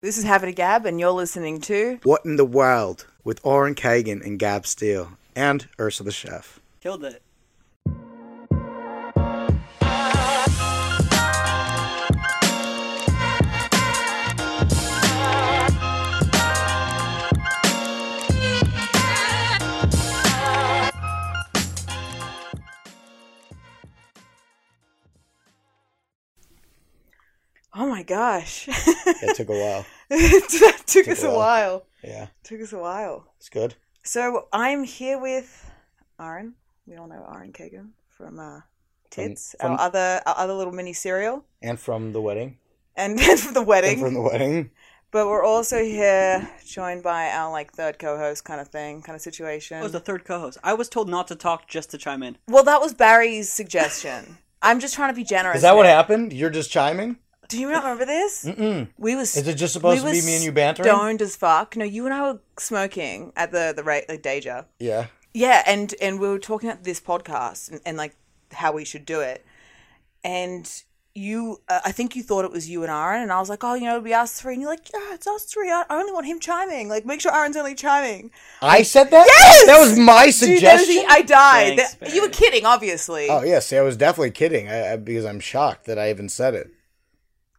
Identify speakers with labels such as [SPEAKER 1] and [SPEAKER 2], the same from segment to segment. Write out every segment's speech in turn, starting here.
[SPEAKER 1] This is Having a Gab, and you're listening to
[SPEAKER 2] What in the Wild with Oren Kagan and Gab Steele and Ursula the Chef.
[SPEAKER 3] Killed it.
[SPEAKER 1] Oh my gosh.
[SPEAKER 2] It took a while.
[SPEAKER 1] that took, us a
[SPEAKER 2] a while.
[SPEAKER 1] while.
[SPEAKER 2] Yeah,
[SPEAKER 1] Took us a while.
[SPEAKER 2] it's good.
[SPEAKER 1] So I'm here with Aaron. We all know Aaron Kagan from uh, Tits,
[SPEAKER 2] from-
[SPEAKER 1] our other our other little mini serial,
[SPEAKER 2] And from the wedding.
[SPEAKER 1] and, and from the wedding.
[SPEAKER 2] And from the wedding.
[SPEAKER 1] But we're also here joined by our like third co-host kind of thing, kind of situation.
[SPEAKER 3] I was the third co-host. I was told not to talk just to chime in.
[SPEAKER 1] well, that was Barry's suggestion. I'm just trying to be generous.
[SPEAKER 2] Is that what
[SPEAKER 1] here.
[SPEAKER 2] happened? You're just chiming?
[SPEAKER 1] Do you not remember this?
[SPEAKER 2] Mm.
[SPEAKER 1] We was
[SPEAKER 2] Is it just supposed
[SPEAKER 1] we
[SPEAKER 2] to be
[SPEAKER 1] were
[SPEAKER 2] me and you bantering?
[SPEAKER 1] Stoned as fuck. No, you and I were smoking at the the rate like day job.
[SPEAKER 2] Yeah.
[SPEAKER 1] Yeah, and and we were talking about this podcast and, and like how we should do it, and you, uh, I think you thought it was you and Aaron, and I was like, oh, you know, it'll be us three, and you're like, yeah, it's us three. I, I only want him chiming. Like, make sure Aaron's only chiming.
[SPEAKER 2] I said that?
[SPEAKER 1] Yes!
[SPEAKER 2] That was my
[SPEAKER 1] Dude, that was
[SPEAKER 2] suggestion.
[SPEAKER 1] the- I died.
[SPEAKER 3] Thanks,
[SPEAKER 1] That- you were
[SPEAKER 3] Barry.
[SPEAKER 1] kidding, obviously.
[SPEAKER 2] oh, yeah. See, I was definitely kidding I, I, because I'm shocked that I even said it.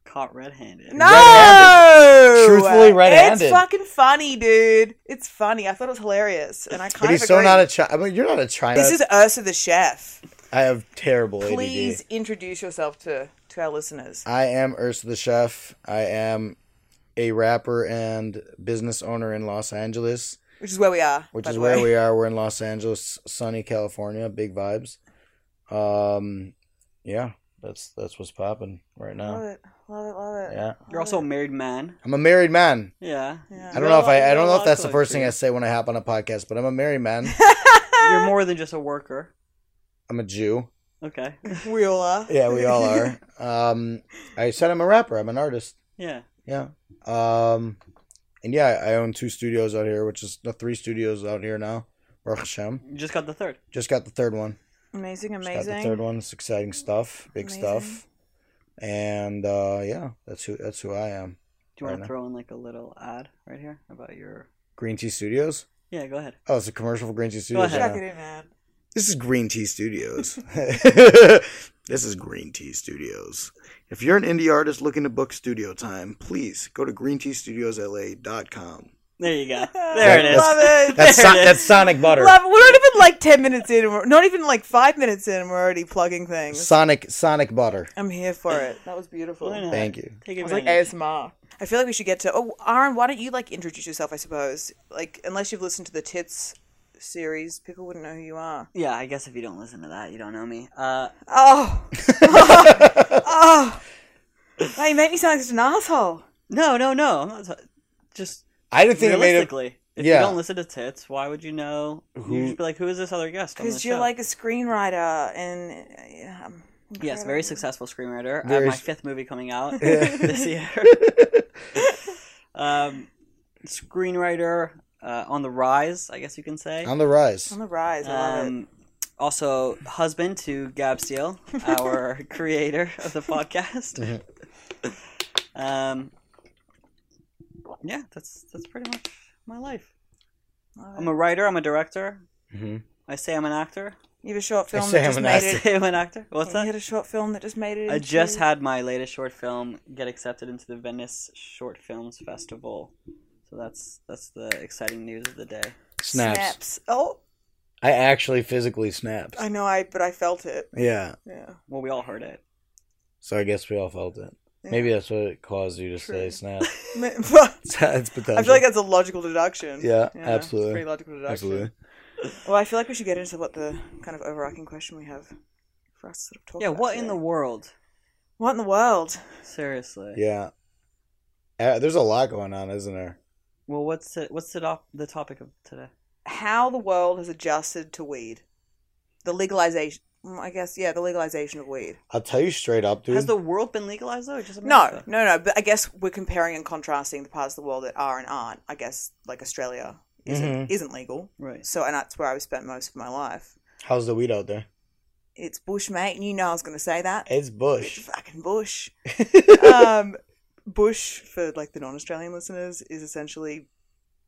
[SPEAKER 3] Caught red-handed.
[SPEAKER 1] No,
[SPEAKER 2] Red-handed. Truthfully, red-handed.
[SPEAKER 1] Oh! It's fucking funny, dude. It's funny. I thought it was hilarious, and I kind
[SPEAKER 2] But
[SPEAKER 1] of
[SPEAKER 2] he's so
[SPEAKER 1] agree.
[SPEAKER 2] not a child. I mean, you're not a child.
[SPEAKER 1] This is Ursa the chef.
[SPEAKER 2] I have terrible ADD.
[SPEAKER 1] Please introduce yourself to to our listeners.
[SPEAKER 2] I am Ursa the Chef. I am a rapper and business owner in Los Angeles,
[SPEAKER 1] which is where we are.
[SPEAKER 2] which
[SPEAKER 1] by
[SPEAKER 2] is
[SPEAKER 1] the
[SPEAKER 2] where
[SPEAKER 1] way.
[SPEAKER 2] we are. We're in Los Angeles, sunny California, big vibes. Um, yeah, that's that's what's popping right
[SPEAKER 1] Love
[SPEAKER 2] now.
[SPEAKER 1] it, love it, love it.
[SPEAKER 2] Yeah,
[SPEAKER 3] You're also a married man.
[SPEAKER 2] I'm a married man.
[SPEAKER 3] Yeah.
[SPEAKER 1] Yeah.
[SPEAKER 2] I don't know if I I don't know if
[SPEAKER 3] Well,
[SPEAKER 2] that's the
[SPEAKER 3] luckily
[SPEAKER 2] first
[SPEAKER 3] for
[SPEAKER 2] thing
[SPEAKER 3] you.
[SPEAKER 2] I say when I hop on a podcast, but I'm a married man.
[SPEAKER 3] You're more than just a worker.
[SPEAKER 2] I'm a Jew.
[SPEAKER 3] Okay.
[SPEAKER 1] we all are.
[SPEAKER 2] Yeah, we all are. Um, I said I'm a rapper. I'm an artist.
[SPEAKER 3] Yeah.
[SPEAKER 2] Yeah. Um, and yeah, I own two studios out here, which is no, three studios out here now. Baruch Hashem.
[SPEAKER 3] You just got the third.
[SPEAKER 2] Just got the third one.
[SPEAKER 1] Amazing,
[SPEAKER 2] Just got
[SPEAKER 1] amazing.
[SPEAKER 2] the third one. It's exciting stuff. Big
[SPEAKER 1] Amazing.
[SPEAKER 2] stuff. And uh, yeah, that's who that's who I am.
[SPEAKER 3] Do you want
[SPEAKER 2] Fair
[SPEAKER 3] to throw in like a little ad right here about your?
[SPEAKER 2] Green Tea Studios.
[SPEAKER 3] Yeah, go ahead.
[SPEAKER 2] Oh, it's a commercial for Green Tea Studios.
[SPEAKER 3] ahead.
[SPEAKER 2] yeah.
[SPEAKER 1] Chuck it in, man.
[SPEAKER 2] This is Green Tea Studios. this is Green Tea Studios. If you're an indie artist looking to book studio time, please go to greenteastudiosla.com.
[SPEAKER 3] There you go. There it is.
[SPEAKER 1] Love it.
[SPEAKER 2] That's
[SPEAKER 3] There it
[SPEAKER 2] so-
[SPEAKER 3] is.
[SPEAKER 2] that's Sonic Butter.
[SPEAKER 1] Love it. We're not even like ten minutes in. and We're not even like five minutes in. and We're already plugging things.
[SPEAKER 2] Sonic Sonic Butter.
[SPEAKER 1] I'm here for it. That was beautiful.
[SPEAKER 3] Why
[SPEAKER 1] It
[SPEAKER 3] not?
[SPEAKER 2] Thank you.
[SPEAKER 3] Take
[SPEAKER 1] was like
[SPEAKER 3] advantage.
[SPEAKER 1] ASMR. I feel like we should get to. Oh, Aaron, why don't you like introduce yourself? I suppose like unless you've listened to the Tits series, people wouldn't know who you are.
[SPEAKER 3] yeah, I guess if you don't listen to that, you don't know me. Uh,
[SPEAKER 1] Oh, oh. Now you make me sound like such an asshole.
[SPEAKER 3] no, no, no. I'm not t- just
[SPEAKER 2] I didn't think it made it.
[SPEAKER 3] realistically, if
[SPEAKER 2] yeah.
[SPEAKER 3] you don't listen to tits, why would you know?
[SPEAKER 2] Who-
[SPEAKER 3] You just be like, who is this other guest? on
[SPEAKER 1] Because
[SPEAKER 3] this
[SPEAKER 1] you're
[SPEAKER 3] show?
[SPEAKER 1] like a screenwriter and uh, yeah, um,
[SPEAKER 3] Yes, very successful screenwriter. I
[SPEAKER 2] Very
[SPEAKER 3] have my
[SPEAKER 2] s-
[SPEAKER 3] fifth movie coming out
[SPEAKER 2] Yeah.
[SPEAKER 3] this year. um, screenwriter uh, on the rise, I guess you can say.
[SPEAKER 2] On the rise.
[SPEAKER 1] on the rise. I love it.
[SPEAKER 3] Um, also, husband to Gab Steele, our creator of the podcast.
[SPEAKER 2] Mm-hmm.
[SPEAKER 3] um, yeah, that's that's pretty much my life.
[SPEAKER 1] Love
[SPEAKER 3] I'm a writer. I'm a director.
[SPEAKER 2] Mm-hmm.
[SPEAKER 3] I say I'm an actor.
[SPEAKER 1] You have a short film
[SPEAKER 2] say
[SPEAKER 1] that
[SPEAKER 2] I'm
[SPEAKER 1] just
[SPEAKER 2] an
[SPEAKER 1] made
[SPEAKER 3] I
[SPEAKER 1] it.
[SPEAKER 3] say I'm an actor. What's
[SPEAKER 1] You
[SPEAKER 3] that?
[SPEAKER 1] had a short film that just made it.
[SPEAKER 3] I
[SPEAKER 1] into-
[SPEAKER 3] just had my latest short film get accepted into the Venice Short Films Festival. So that's that's the exciting news of the day.
[SPEAKER 2] Snaps.
[SPEAKER 1] Oh,
[SPEAKER 2] I actually physically snapped.
[SPEAKER 1] I know. I but I felt it.
[SPEAKER 2] Yeah.
[SPEAKER 1] Yeah.
[SPEAKER 3] Well, we all heard it.
[SPEAKER 2] So I guess we all felt it.
[SPEAKER 1] Yeah.
[SPEAKER 2] Maybe that's what it caused you to
[SPEAKER 1] True.
[SPEAKER 2] say snap.
[SPEAKER 1] I
[SPEAKER 2] That's potential.
[SPEAKER 1] feel like that's a logical deduction.
[SPEAKER 2] Yeah,
[SPEAKER 1] it's a
[SPEAKER 2] absolutely.
[SPEAKER 1] pretty logical deduction.
[SPEAKER 2] Absolutely.
[SPEAKER 1] Well, I feel like we should get into what the kind of overarching question we have for us to sort of talk.
[SPEAKER 3] Yeah,
[SPEAKER 1] about
[SPEAKER 3] what in
[SPEAKER 1] today.
[SPEAKER 3] the world?
[SPEAKER 1] what in the world?
[SPEAKER 3] Seriously.
[SPEAKER 2] Yeah. Uh, there's a lot going on, isn't there?
[SPEAKER 3] Well, what's the, what's the op- the topic of today?
[SPEAKER 1] How the world has adjusted to weed, the legalization. mm, I guess yeah, the legalization of weed.
[SPEAKER 2] I'll tell you straight up, dude.
[SPEAKER 3] Has the world been legalized though? or Just
[SPEAKER 1] No,
[SPEAKER 3] America?
[SPEAKER 1] no, no. But I guess we're comparing and contrasting the parts of the world that are and aren't. I guess like Australia isn't
[SPEAKER 2] Mhm.
[SPEAKER 1] isn't legal,
[SPEAKER 3] Right.
[SPEAKER 1] so and that's where I've spent most of my life.
[SPEAKER 2] How's the weed out there?
[SPEAKER 1] It's bush, mate, and you know I was going to say that.
[SPEAKER 2] It's
[SPEAKER 1] It's
[SPEAKER 2] bush.
[SPEAKER 1] fucking bush. um, bush for like the non-Australian listeners is essentially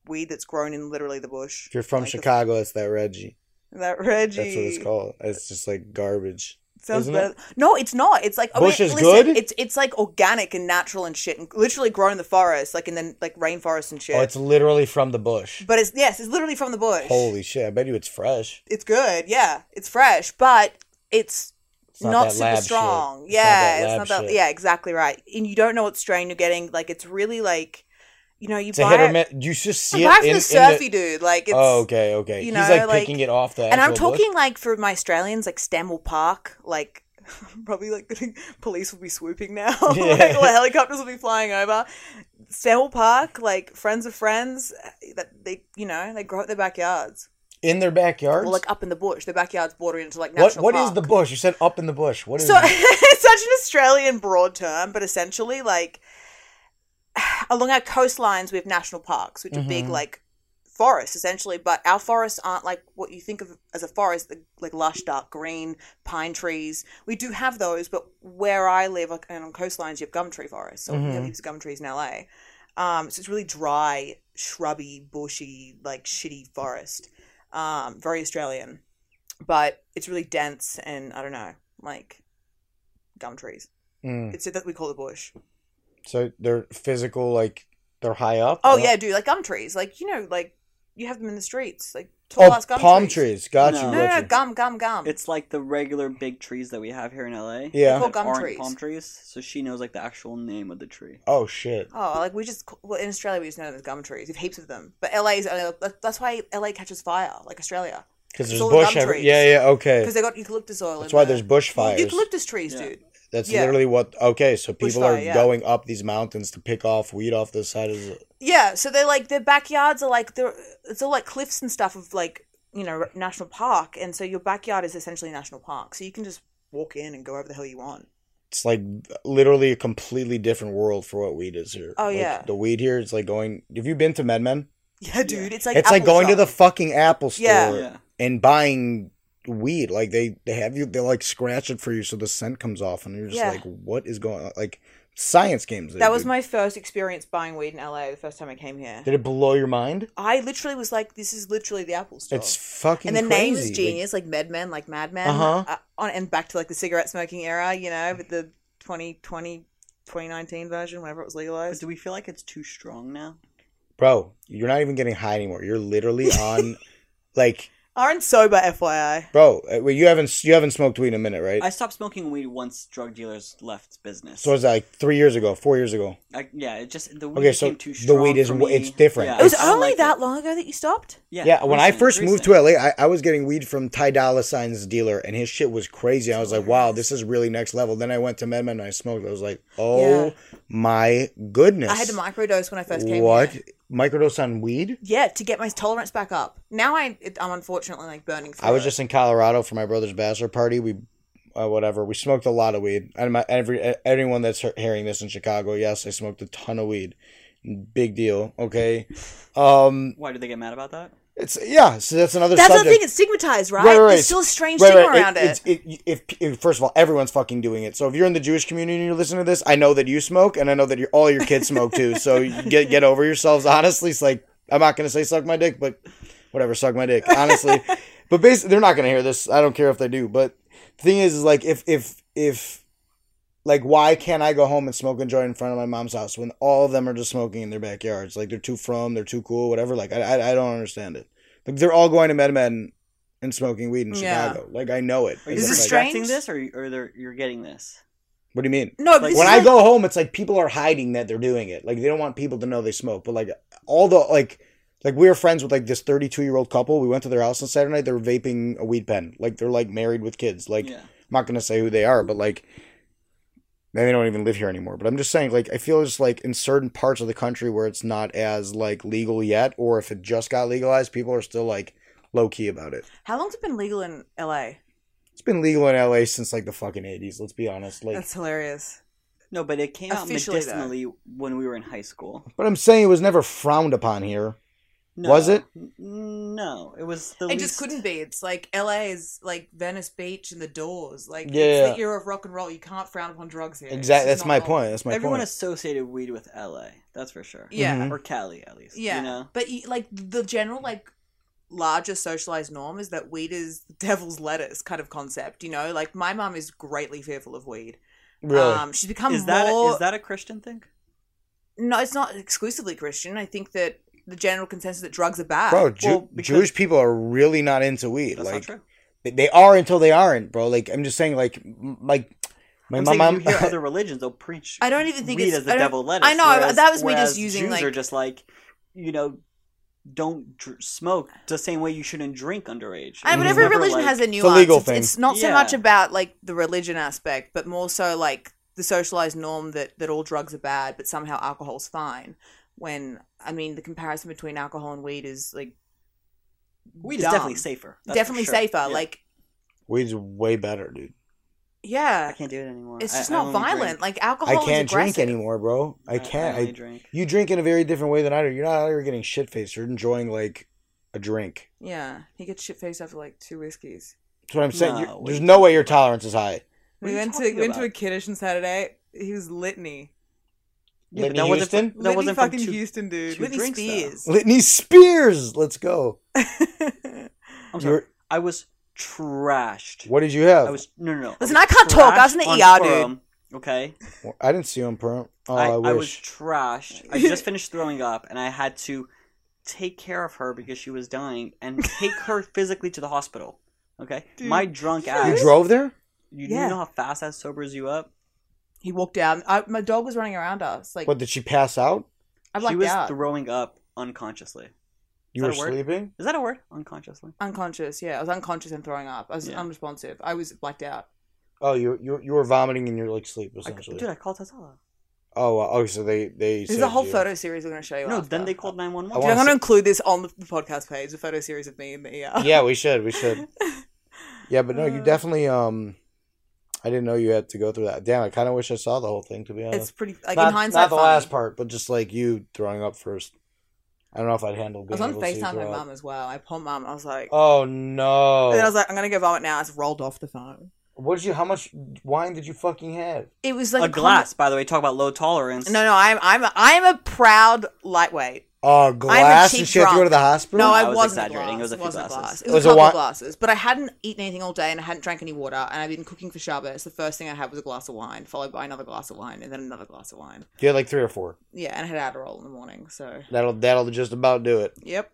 [SPEAKER 1] weed that's grown in literally the bush.
[SPEAKER 2] If you're from
[SPEAKER 1] Like,
[SPEAKER 2] Chicago, it's that Reggie.
[SPEAKER 1] That Reggie.
[SPEAKER 2] That's what it's called. It's just like garbage.
[SPEAKER 1] Sounds
[SPEAKER 2] Isn't
[SPEAKER 1] better. No, it's not. It's like
[SPEAKER 2] Bush
[SPEAKER 1] I mean,
[SPEAKER 2] is
[SPEAKER 1] listen,
[SPEAKER 2] good?
[SPEAKER 1] It's it's like organic and natural and shit, and literally grown in the forest, like in the like rainforest and shit.
[SPEAKER 2] Oh, it's literally from the bush.
[SPEAKER 1] but it's yes, it's literally from the bush.
[SPEAKER 2] Holy shit! I bet you it's fresh.
[SPEAKER 1] It's good. Yeah, it's fresh, but it's
[SPEAKER 2] It's
[SPEAKER 1] not,
[SPEAKER 2] not, that
[SPEAKER 1] super
[SPEAKER 2] lab
[SPEAKER 1] strong.
[SPEAKER 2] Shit.
[SPEAKER 1] yeah, it's not that.
[SPEAKER 2] lab shit.
[SPEAKER 1] Yeah, exactly right. And you don't know what strain you're getting. Like it's really like, you know, you
[SPEAKER 2] It's a
[SPEAKER 1] buy
[SPEAKER 2] hit or
[SPEAKER 1] it-
[SPEAKER 2] miss. You just see
[SPEAKER 1] I buy
[SPEAKER 2] it
[SPEAKER 1] from
[SPEAKER 2] in,
[SPEAKER 1] the
[SPEAKER 2] in
[SPEAKER 1] surfy
[SPEAKER 2] the.
[SPEAKER 1] dude. Like it's
[SPEAKER 2] Oh, okay, okay.
[SPEAKER 1] you
[SPEAKER 2] He's
[SPEAKER 1] know,
[SPEAKER 2] like,
[SPEAKER 1] like-
[SPEAKER 2] picking it off the.
[SPEAKER 1] and I'm
[SPEAKER 2] actual bush.
[SPEAKER 1] talking like for my Australians, like Stanwell Park, like probably like the police will be swooping now,
[SPEAKER 2] Yeah.
[SPEAKER 1] like the helicopters will be flying over. Stanwell Park, like friends of friends, that they you know they grow up their backyards,
[SPEAKER 2] in their backyards.
[SPEAKER 1] well like up in the bush, their backyards bordering into like
[SPEAKER 2] what
[SPEAKER 1] national
[SPEAKER 2] what is
[SPEAKER 1] park.
[SPEAKER 2] the bush? You said up in the bush. What is
[SPEAKER 1] So
[SPEAKER 2] it?
[SPEAKER 1] it's such an Australian broad term, but essentially, like along our coastlines, we have national parks, which are big
[SPEAKER 2] Mhm.
[SPEAKER 1] like forests, essentially. But our forests aren't like what you think of as a forest, the- like lush, dark green, pine trees. We do have those, but where I live, like and on coastlines, you have gum tree forests. So we have
[SPEAKER 2] Mhm.
[SPEAKER 1] heaps of gum trees in LA. Um, so it's really dry, shrubby, bushy, like shitty forest. Um, very Australian but it's really dense and I don't know, like gum trees.
[SPEAKER 2] Mm.
[SPEAKER 1] It's that we call the bush.
[SPEAKER 2] So they're physical, like they're high up.
[SPEAKER 1] Oh
[SPEAKER 2] Uh,
[SPEAKER 1] yeah, dude, like gum trees. Like you know, like you have them in the streets, like tall
[SPEAKER 2] Oh,
[SPEAKER 1] ass gum
[SPEAKER 2] palm
[SPEAKER 1] trees.
[SPEAKER 2] trees. Got
[SPEAKER 3] No.
[SPEAKER 2] you.
[SPEAKER 1] No,
[SPEAKER 2] Got
[SPEAKER 1] no, no,
[SPEAKER 2] you.
[SPEAKER 1] gum, gum, gum.
[SPEAKER 3] It's like the regular big trees that we have here in LA.
[SPEAKER 2] Yeah. They're
[SPEAKER 1] called
[SPEAKER 3] That
[SPEAKER 1] gum
[SPEAKER 3] aren't
[SPEAKER 1] trees.
[SPEAKER 3] Palm trees. So she knows like the actual name of the tree.
[SPEAKER 2] Oh shit.
[SPEAKER 1] oh, like we just well in Australia we just know them as gum trees. We have heaps of them, but LA is only that's why LA catches fire, like Australia,
[SPEAKER 2] Because there's
[SPEAKER 1] all the
[SPEAKER 2] bush.
[SPEAKER 1] gum
[SPEAKER 2] Every-
[SPEAKER 1] trees.
[SPEAKER 2] yeah, yeah. Okay.
[SPEAKER 1] because they got eucalyptus oil.
[SPEAKER 2] That's
[SPEAKER 1] in
[SPEAKER 2] why
[SPEAKER 1] there.
[SPEAKER 2] there's bushfires.
[SPEAKER 1] eucalyptus trees,
[SPEAKER 3] Yeah.
[SPEAKER 1] dude.
[SPEAKER 2] That's
[SPEAKER 1] yeah.
[SPEAKER 2] literally what. Okay, so people are
[SPEAKER 1] Bushfire, yeah.
[SPEAKER 2] going up these mountains to pick off weed off the side of the.
[SPEAKER 1] Yeah, so they're like their backyards are like they're it's all like cliffs and stuff of like you know national park, and so your backyard is essentially national park, so you can just walk in and go wherever the hell you want.
[SPEAKER 2] It's like literally a completely different world for what weed is here.
[SPEAKER 1] Oh,
[SPEAKER 2] Like,
[SPEAKER 1] yeah.
[SPEAKER 2] the weed here is like going. Have you been to MedMen?
[SPEAKER 1] Yeah, dude, it's like
[SPEAKER 2] it's like
[SPEAKER 1] Apple
[SPEAKER 2] going to the
[SPEAKER 1] Shop.
[SPEAKER 2] fucking Apple store
[SPEAKER 1] Yeah.
[SPEAKER 3] Yeah.
[SPEAKER 2] and buying weed. Like they they have you. They like scratch it for you, so the scent comes off, and you're just
[SPEAKER 1] Yeah.
[SPEAKER 2] like, what is going? on? Like science games. There,
[SPEAKER 1] that was
[SPEAKER 2] dude.
[SPEAKER 1] my first experience buying weed in LA. The first time I came here,
[SPEAKER 2] Did it blow your mind?
[SPEAKER 1] I literally was like, "This is literally the Apple Store."
[SPEAKER 2] It's fucking.
[SPEAKER 1] and the name is
[SPEAKER 2] crazy. Like,
[SPEAKER 1] genius, like Medmen, like Madmen,
[SPEAKER 2] Uh-huh.
[SPEAKER 1] uh, on and back to like the cigarette smoking era, you know, with the 2020, 2019 version, whenever it was
[SPEAKER 3] But
[SPEAKER 1] legalized.
[SPEAKER 3] do we feel like it's too strong now?
[SPEAKER 2] bro, you're not even getting high anymore. You're literally on, like.
[SPEAKER 1] Aren't Ah, sober, FYI.
[SPEAKER 2] Bro, uh, well, you haven't you haven't smoked weed in a minute, right?
[SPEAKER 3] I stopped smoking weed once drug dealers left business.
[SPEAKER 2] so was that like three years ago, four years ago?
[SPEAKER 3] I, yeah, it just the weed
[SPEAKER 2] Okay, so
[SPEAKER 3] became too
[SPEAKER 2] the
[SPEAKER 3] strong.
[SPEAKER 2] weed is
[SPEAKER 3] for
[SPEAKER 2] w-
[SPEAKER 3] me.
[SPEAKER 2] it's different.
[SPEAKER 3] Yeah,
[SPEAKER 1] It was
[SPEAKER 3] I don't
[SPEAKER 1] only
[SPEAKER 3] like
[SPEAKER 1] that
[SPEAKER 3] it.
[SPEAKER 1] long ago that you stopped.
[SPEAKER 2] Yeah, when I first moved to LA, I, I was getting weed from Ty Dolla Sign's dealer, and his shit was crazy. I was like, wow, this is really next level. Then I went to MedMen and I smoked. I was like, oh my goodness,
[SPEAKER 1] I had to microdose when I first came.
[SPEAKER 2] what
[SPEAKER 1] Here.
[SPEAKER 2] microdose on weed?
[SPEAKER 1] Yeah, to get my tolerance back up. Now I, it, I'm unfortunately like burning. Through
[SPEAKER 2] I was
[SPEAKER 1] it.
[SPEAKER 2] just in Colorado for my brother's bachelor party. We, uh, whatever, we smoked a lot of weed. And my every e, anyone that's he- hearing this in Chicago, yes, I smoked a ton of weed. Big deal. Okay, um,
[SPEAKER 3] Why did they get mad about that?
[SPEAKER 2] it's yeah. So that's another.
[SPEAKER 1] That's
[SPEAKER 2] subject.
[SPEAKER 1] the thing. It's stigmatized, right?
[SPEAKER 2] Right, right,
[SPEAKER 1] There's
[SPEAKER 2] right.
[SPEAKER 1] still a strange
[SPEAKER 2] Right,
[SPEAKER 1] stigma
[SPEAKER 2] right.
[SPEAKER 1] around it.
[SPEAKER 2] it's- it- if, if- first of all, everyone's fucking doing it. So if you're in the Jewish community and you're listening to this, I know that you smoke, and I know that you all your kids smoke too. So you get get over yourselves. Honestly, it's like I'm not gonna say suck my dick, but whatever, suck my dick. Honestly, but basically, they're not gonna hear this. I don't care if they do. But the thing is, is like if if if like why can't I go home and smoke and joint in front of my mom's house when all of them are just smoking in their backyards? Like they're too from, they're too cool, whatever. Like I I, I don't understand it. Like they're all going to MedMen and smoking weed in
[SPEAKER 1] Yeah.
[SPEAKER 2] Chicago. Like I know it.
[SPEAKER 3] Are you
[SPEAKER 1] Is
[SPEAKER 2] It's
[SPEAKER 1] this
[SPEAKER 2] like-
[SPEAKER 1] strange?
[SPEAKER 3] extracting this, or or they're, you're getting this?
[SPEAKER 2] What do you mean?
[SPEAKER 1] no, but
[SPEAKER 3] Like,
[SPEAKER 1] this
[SPEAKER 2] when
[SPEAKER 1] is
[SPEAKER 2] I
[SPEAKER 1] like-
[SPEAKER 2] go home, it's like people are hiding that they're doing it. Like they don't want people to know they smoke. But like all the like, like we were friends with like this thirty-two year old couple. We went to their house on Saturday night. They were vaping a weed pen. Like they're like married with kids. Like
[SPEAKER 3] yeah.
[SPEAKER 2] I'm not gonna say who they are, but like, and they don't even live here anymore. But I'm just saying, like, I feel just like in certain parts of the country where it's not as like legal yet, or if it just got legalized, people are still like low key about it.
[SPEAKER 1] how long's it been legal in LA?
[SPEAKER 2] It's been legal in LA since like the fucking eighties. Let's be honest. Like,
[SPEAKER 1] That's hilarious.
[SPEAKER 3] No, but it came out
[SPEAKER 1] Officially, though.
[SPEAKER 3] medicinally when we were in high school.
[SPEAKER 2] but I'm saying it was never frowned upon here.
[SPEAKER 3] No.
[SPEAKER 2] Was it?
[SPEAKER 3] N- No, it was the.
[SPEAKER 1] It
[SPEAKER 3] least...
[SPEAKER 1] just couldn't be. It's like LA is like Venice Beach and the Doors. Like
[SPEAKER 2] Yeah.
[SPEAKER 1] it's the era of rock and roll. You can't frown upon drugs here. It's
[SPEAKER 2] Exactly.
[SPEAKER 1] just
[SPEAKER 2] That's
[SPEAKER 1] not
[SPEAKER 2] my
[SPEAKER 1] allowed.
[SPEAKER 2] point. That's my
[SPEAKER 3] Everyone
[SPEAKER 2] point.
[SPEAKER 3] associated weed with LA. That's for sure.
[SPEAKER 1] Yeah.
[SPEAKER 2] Mhm.
[SPEAKER 3] Or Cali, at least.
[SPEAKER 1] Yeah.
[SPEAKER 3] You know.
[SPEAKER 1] But you, like the general like larger socialized norm is that weed is the devil's lettuce kind of concept. You know, like my mom is greatly fearful of weed.
[SPEAKER 2] really.
[SPEAKER 1] Um, she's become
[SPEAKER 3] is that
[SPEAKER 1] more.
[SPEAKER 3] is that a Christian thing?
[SPEAKER 1] No, it's not exclusively Christian. I think that the general consensus that drugs are bad.
[SPEAKER 2] Bro, Ju-
[SPEAKER 3] ah, well, because-
[SPEAKER 2] Jewish people are really not into weed.
[SPEAKER 3] That's not
[SPEAKER 2] like
[SPEAKER 3] true.
[SPEAKER 2] they- they are until they aren't, bro. Like I'm just saying, like m- like my
[SPEAKER 3] I'm
[SPEAKER 2] my
[SPEAKER 3] saying
[SPEAKER 2] mom.
[SPEAKER 3] you hear other religions, they'll preach
[SPEAKER 1] I don't even think
[SPEAKER 3] weed
[SPEAKER 1] it's
[SPEAKER 3] as the
[SPEAKER 1] I don't-
[SPEAKER 3] devil lettuce.
[SPEAKER 1] I know, I- that was me just
[SPEAKER 3] whereas
[SPEAKER 1] using,
[SPEAKER 3] Jews
[SPEAKER 1] like-
[SPEAKER 3] are just like, you know, don't dr- smoke the same way you shouldn't drink underage.
[SPEAKER 1] I,
[SPEAKER 3] It
[SPEAKER 1] but
[SPEAKER 3] was
[SPEAKER 1] every
[SPEAKER 3] never,
[SPEAKER 1] religion
[SPEAKER 3] like-
[SPEAKER 1] has a nuance.
[SPEAKER 2] legal
[SPEAKER 1] it's,
[SPEAKER 2] thing.
[SPEAKER 1] it's not so much
[SPEAKER 3] Yeah.
[SPEAKER 1] about like the religion aspect, but more so like the socialized norm that that all drugs are bad, but somehow alcohol's fine. When I mean, the comparison between alcohol and weed is like
[SPEAKER 3] weed is
[SPEAKER 1] dumb.
[SPEAKER 3] definitely safer. that's for
[SPEAKER 1] definitely
[SPEAKER 3] sure.
[SPEAKER 1] safer.
[SPEAKER 3] Yeah.
[SPEAKER 1] Like,
[SPEAKER 2] Weed's way better, dude.
[SPEAKER 3] I
[SPEAKER 1] yeah,
[SPEAKER 3] can't do it anymore.
[SPEAKER 1] it's
[SPEAKER 3] I-
[SPEAKER 1] just
[SPEAKER 3] I
[SPEAKER 1] not
[SPEAKER 3] only
[SPEAKER 1] violent.
[SPEAKER 3] drink-
[SPEAKER 1] Like
[SPEAKER 2] I
[SPEAKER 1] alcohol.
[SPEAKER 2] can't
[SPEAKER 1] is
[SPEAKER 2] drink
[SPEAKER 1] aggressive.
[SPEAKER 2] anymore, bro. I can't.
[SPEAKER 3] only
[SPEAKER 2] I,
[SPEAKER 3] drink.
[SPEAKER 2] you drink in a very different way than I do. You're not out here getting shit faced. You're enjoying like a drink.
[SPEAKER 1] Yeah, he gets shit faced after like two whiskeys.
[SPEAKER 2] That's what I'm saying.
[SPEAKER 3] No,
[SPEAKER 2] You're-
[SPEAKER 3] what
[SPEAKER 2] there's
[SPEAKER 3] are you
[SPEAKER 2] no way your tolerance is high.
[SPEAKER 3] What
[SPEAKER 1] we
[SPEAKER 3] are you
[SPEAKER 1] went to
[SPEAKER 3] talking
[SPEAKER 1] went to a
[SPEAKER 3] about?
[SPEAKER 1] kiddish on Saturday. He was litany.
[SPEAKER 3] Yeah, but
[SPEAKER 2] Whitney
[SPEAKER 3] that wasn't from-
[SPEAKER 2] Houston?
[SPEAKER 3] that
[SPEAKER 1] Litany
[SPEAKER 3] wasn't from
[SPEAKER 1] fucking
[SPEAKER 3] two-
[SPEAKER 1] Houston, dude.
[SPEAKER 3] two
[SPEAKER 1] Litany
[SPEAKER 3] drinks,
[SPEAKER 1] Spears.
[SPEAKER 2] Litany Spears. Let's go.
[SPEAKER 3] I'm
[SPEAKER 2] You
[SPEAKER 3] sorry.
[SPEAKER 2] were-
[SPEAKER 3] I was trashed.
[SPEAKER 2] What did you have?
[SPEAKER 3] I
[SPEAKER 2] I,
[SPEAKER 3] was no, no. no.
[SPEAKER 1] Listen, I can't talk. I was in the ER, dude.
[SPEAKER 3] dude. Okay,
[SPEAKER 2] didn't see you on perm. Oh,
[SPEAKER 3] I,
[SPEAKER 2] I,
[SPEAKER 3] I,
[SPEAKER 2] wish.
[SPEAKER 3] was trashed. I just finished throwing up, and I had to take care of her because she was dying and take her physically to the hospital. Okay,
[SPEAKER 1] Dude.
[SPEAKER 3] my drunk
[SPEAKER 2] you
[SPEAKER 3] ass.
[SPEAKER 2] drove there?
[SPEAKER 3] you,
[SPEAKER 1] Yeah.
[SPEAKER 3] you know how fast that sobers you up.
[SPEAKER 1] He walked down. I, my dog was running around us. Like
[SPEAKER 2] What did she pass out?
[SPEAKER 1] I
[SPEAKER 3] she
[SPEAKER 1] blacked
[SPEAKER 3] was
[SPEAKER 1] out.
[SPEAKER 3] throwing up unconsciously.
[SPEAKER 2] You
[SPEAKER 3] Is
[SPEAKER 2] were
[SPEAKER 3] that a word?
[SPEAKER 2] sleeping.
[SPEAKER 3] Is that a word? Unconsciously.
[SPEAKER 1] unconscious. Yeah, I was unconscious and throwing up. I was
[SPEAKER 3] Yeah.
[SPEAKER 1] unresponsive. I was blacked out.
[SPEAKER 2] Oh, you you you were vomiting in your like sleep
[SPEAKER 3] I,
[SPEAKER 2] essentially.
[SPEAKER 3] dude, I called Tesla.
[SPEAKER 2] oh, wow. oh, so they they.
[SPEAKER 1] There's a
[SPEAKER 2] saved
[SPEAKER 1] whole
[SPEAKER 2] you.
[SPEAKER 1] photo series we're going to show you.
[SPEAKER 3] No,
[SPEAKER 1] after.
[SPEAKER 3] then they called nine one
[SPEAKER 2] I
[SPEAKER 1] Dude,
[SPEAKER 2] wanna
[SPEAKER 1] I'm
[SPEAKER 3] one.
[SPEAKER 1] going to
[SPEAKER 2] see-
[SPEAKER 1] include this on the the podcast page. A photo series of me in the ER.
[SPEAKER 2] Yeah, we should. We should. Yeah, but no, you
[SPEAKER 1] Uh.
[SPEAKER 2] definitely. Um, I didn't know you had to go through that. Damn, I kind of wish I saw the whole thing to be honest.
[SPEAKER 1] it's pretty. Like
[SPEAKER 2] not,
[SPEAKER 1] in hindsight,
[SPEAKER 2] not the
[SPEAKER 1] funny.
[SPEAKER 2] last part, but just like you throwing up first. I don't know if I'd handle.
[SPEAKER 1] I was
[SPEAKER 2] Being
[SPEAKER 1] on
[SPEAKER 2] able to see you
[SPEAKER 1] Facetime with my
[SPEAKER 2] throw up.
[SPEAKER 1] mom as well. I pulled mom. I was like,
[SPEAKER 2] Oh no!
[SPEAKER 1] and then I was like, I'm going to go vomit now. It's rolled off the phone.
[SPEAKER 2] what did you? How much wine did you fucking have?
[SPEAKER 1] It was like
[SPEAKER 3] a glass, by the way. Talk about low tolerance.
[SPEAKER 1] No, no, I'm I'm a, I'm a proud lightweight.
[SPEAKER 2] Oh, glass and
[SPEAKER 1] cheap
[SPEAKER 2] she had to go
[SPEAKER 1] drunk.
[SPEAKER 2] to the hospital.
[SPEAKER 1] No, I,
[SPEAKER 3] I was
[SPEAKER 1] wasn't
[SPEAKER 3] exaggerating. It was a few
[SPEAKER 1] wasn't
[SPEAKER 3] glasses.
[SPEAKER 1] It was
[SPEAKER 2] Was it
[SPEAKER 1] a couple
[SPEAKER 2] wa-
[SPEAKER 1] of glasses, but I hadn't eaten anything all day, and I hadn't drank any water, and I'd been cooking for Shabbos. The first thing I had was a glass of wine, followed by another glass of wine, and then another glass of wine.
[SPEAKER 2] you had like three or four.
[SPEAKER 1] Yeah, and I had Adderall in the morning. So,
[SPEAKER 2] That'll that'll just about do it.
[SPEAKER 1] yep,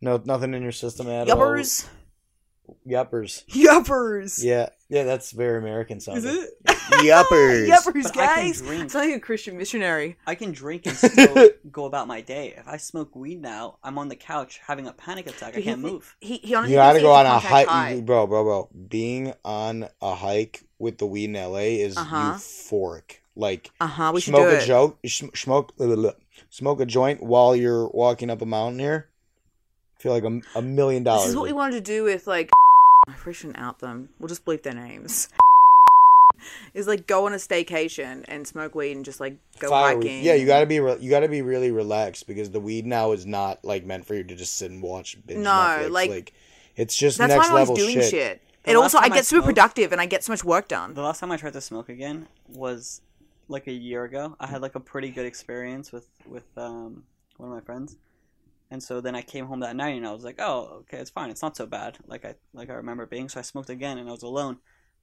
[SPEAKER 2] No, nothing in your system at
[SPEAKER 1] yuppers,
[SPEAKER 2] all. Yuppers.
[SPEAKER 1] yuppers.
[SPEAKER 2] Yeah, yeah, that's very American
[SPEAKER 1] Is
[SPEAKER 2] sounding.
[SPEAKER 1] it
[SPEAKER 2] Yuppers.
[SPEAKER 1] yuppers,
[SPEAKER 3] But I can
[SPEAKER 1] guys?
[SPEAKER 3] drink.
[SPEAKER 1] It's like a Christian missionary.
[SPEAKER 3] I can drink and still go about my day. If I smoke weed now, I'm on the couch having a panic attack. I
[SPEAKER 1] He-
[SPEAKER 3] can't move.
[SPEAKER 1] He he honestly
[SPEAKER 2] You gotta
[SPEAKER 1] thinks
[SPEAKER 2] go
[SPEAKER 1] he's
[SPEAKER 2] on a
[SPEAKER 1] contact
[SPEAKER 2] hike,
[SPEAKER 1] high.
[SPEAKER 2] bro, bro, bro. Being on a hike with the weed in LA is
[SPEAKER 1] Uh-huh.
[SPEAKER 2] euphoric. Like
[SPEAKER 1] Uh huh. We should do
[SPEAKER 2] smoke a
[SPEAKER 1] it.
[SPEAKER 2] joke, sm- smoke, blah, blah, blah. smoke a joint while you're walking up a mountain here. I feel like a, a million dollars.
[SPEAKER 1] This is what we wanted to do with like. I probably shouldn't out them. We'll just bleep their names. Is like go on a staycation and smoke weed and just like go
[SPEAKER 2] Fire weed.
[SPEAKER 1] hiking.
[SPEAKER 2] Yeah, you gotta be re- you gotta be really relaxed because the weed now is not like meant for you to just sit and watch. Binge
[SPEAKER 1] No,
[SPEAKER 2] Netflix.
[SPEAKER 1] like-
[SPEAKER 2] it's just
[SPEAKER 1] That's why
[SPEAKER 2] next
[SPEAKER 1] I'm always
[SPEAKER 2] level
[SPEAKER 1] doing
[SPEAKER 2] shit.
[SPEAKER 1] shit.
[SPEAKER 3] The
[SPEAKER 1] And
[SPEAKER 3] last
[SPEAKER 1] also, I
[SPEAKER 3] time I
[SPEAKER 1] get super
[SPEAKER 3] smoked-
[SPEAKER 1] productive and I get so much work done.
[SPEAKER 3] The last time I tried to smoke again was like a year ago. I had like a pretty good experience with with um, one of my friends, and so then I came home that night and I was like, "Oh, okay, it's fine. It's not so bad." Like I like I remember it being. So I smoked again and I was alone.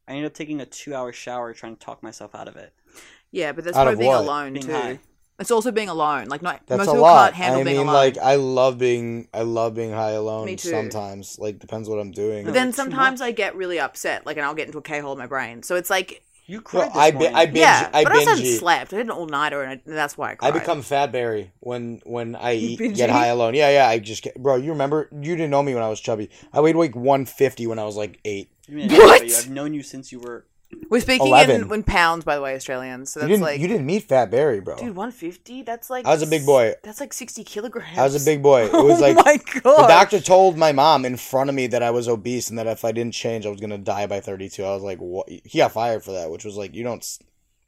[SPEAKER 3] I ended up taking a two-hour shower trying to talk myself out of it.
[SPEAKER 1] Yeah, but that's
[SPEAKER 2] Out
[SPEAKER 1] probably
[SPEAKER 2] of
[SPEAKER 1] being
[SPEAKER 2] what?
[SPEAKER 1] alone
[SPEAKER 3] Being
[SPEAKER 1] too.
[SPEAKER 3] high.
[SPEAKER 1] It's also being alone. Like not
[SPEAKER 2] That's
[SPEAKER 1] most
[SPEAKER 2] a
[SPEAKER 1] people
[SPEAKER 2] lot.
[SPEAKER 1] can't handle
[SPEAKER 2] I
[SPEAKER 1] being
[SPEAKER 2] mean,
[SPEAKER 1] alone.
[SPEAKER 2] like I love being I love being high alone.
[SPEAKER 1] Me too.
[SPEAKER 2] Sometimes, like depends what I'm doing.
[SPEAKER 1] but
[SPEAKER 3] No,
[SPEAKER 1] then
[SPEAKER 3] it's too
[SPEAKER 1] sometimes
[SPEAKER 3] much.
[SPEAKER 1] I get really upset, like, and I'll get into a K hole in my brain. So it's like,
[SPEAKER 3] You cried.
[SPEAKER 2] Well,
[SPEAKER 3] this
[SPEAKER 2] I, bi-
[SPEAKER 3] morning.
[SPEAKER 2] I binge.
[SPEAKER 1] yeah,
[SPEAKER 2] I
[SPEAKER 1] but I also haven't
[SPEAKER 2] binge. eat.
[SPEAKER 1] slept. I did an all nighter, and, I- and that's why I
[SPEAKER 2] I
[SPEAKER 1] cried.
[SPEAKER 2] become Fat Barry when when I eat,
[SPEAKER 1] binge
[SPEAKER 2] get
[SPEAKER 1] eat?
[SPEAKER 2] high alone. Yeah, yeah. I just get, bro. You remember? You didn't know me when I was chubby. I weighed like one fifty when I was like eight.
[SPEAKER 3] You mean,
[SPEAKER 1] What?
[SPEAKER 3] I've known you since you were.
[SPEAKER 1] We're speaking
[SPEAKER 2] 11.
[SPEAKER 1] in, in pounds, by the way, Australians. So
[SPEAKER 2] you
[SPEAKER 1] that's
[SPEAKER 2] didn't.
[SPEAKER 1] like
[SPEAKER 2] you didn't meet Fat Barry, bro.
[SPEAKER 1] Dude, 150? That's like.
[SPEAKER 2] Oh. I was a big boy.
[SPEAKER 1] That's like 60 kilograms.
[SPEAKER 2] I was a big boy. It was like
[SPEAKER 1] oh my god.
[SPEAKER 2] the doctor told my mom in front of me that I was obese and that if I didn't change, I was gonna die by thirty two. I was like, what? He got fired for that, which was like, you don't. s-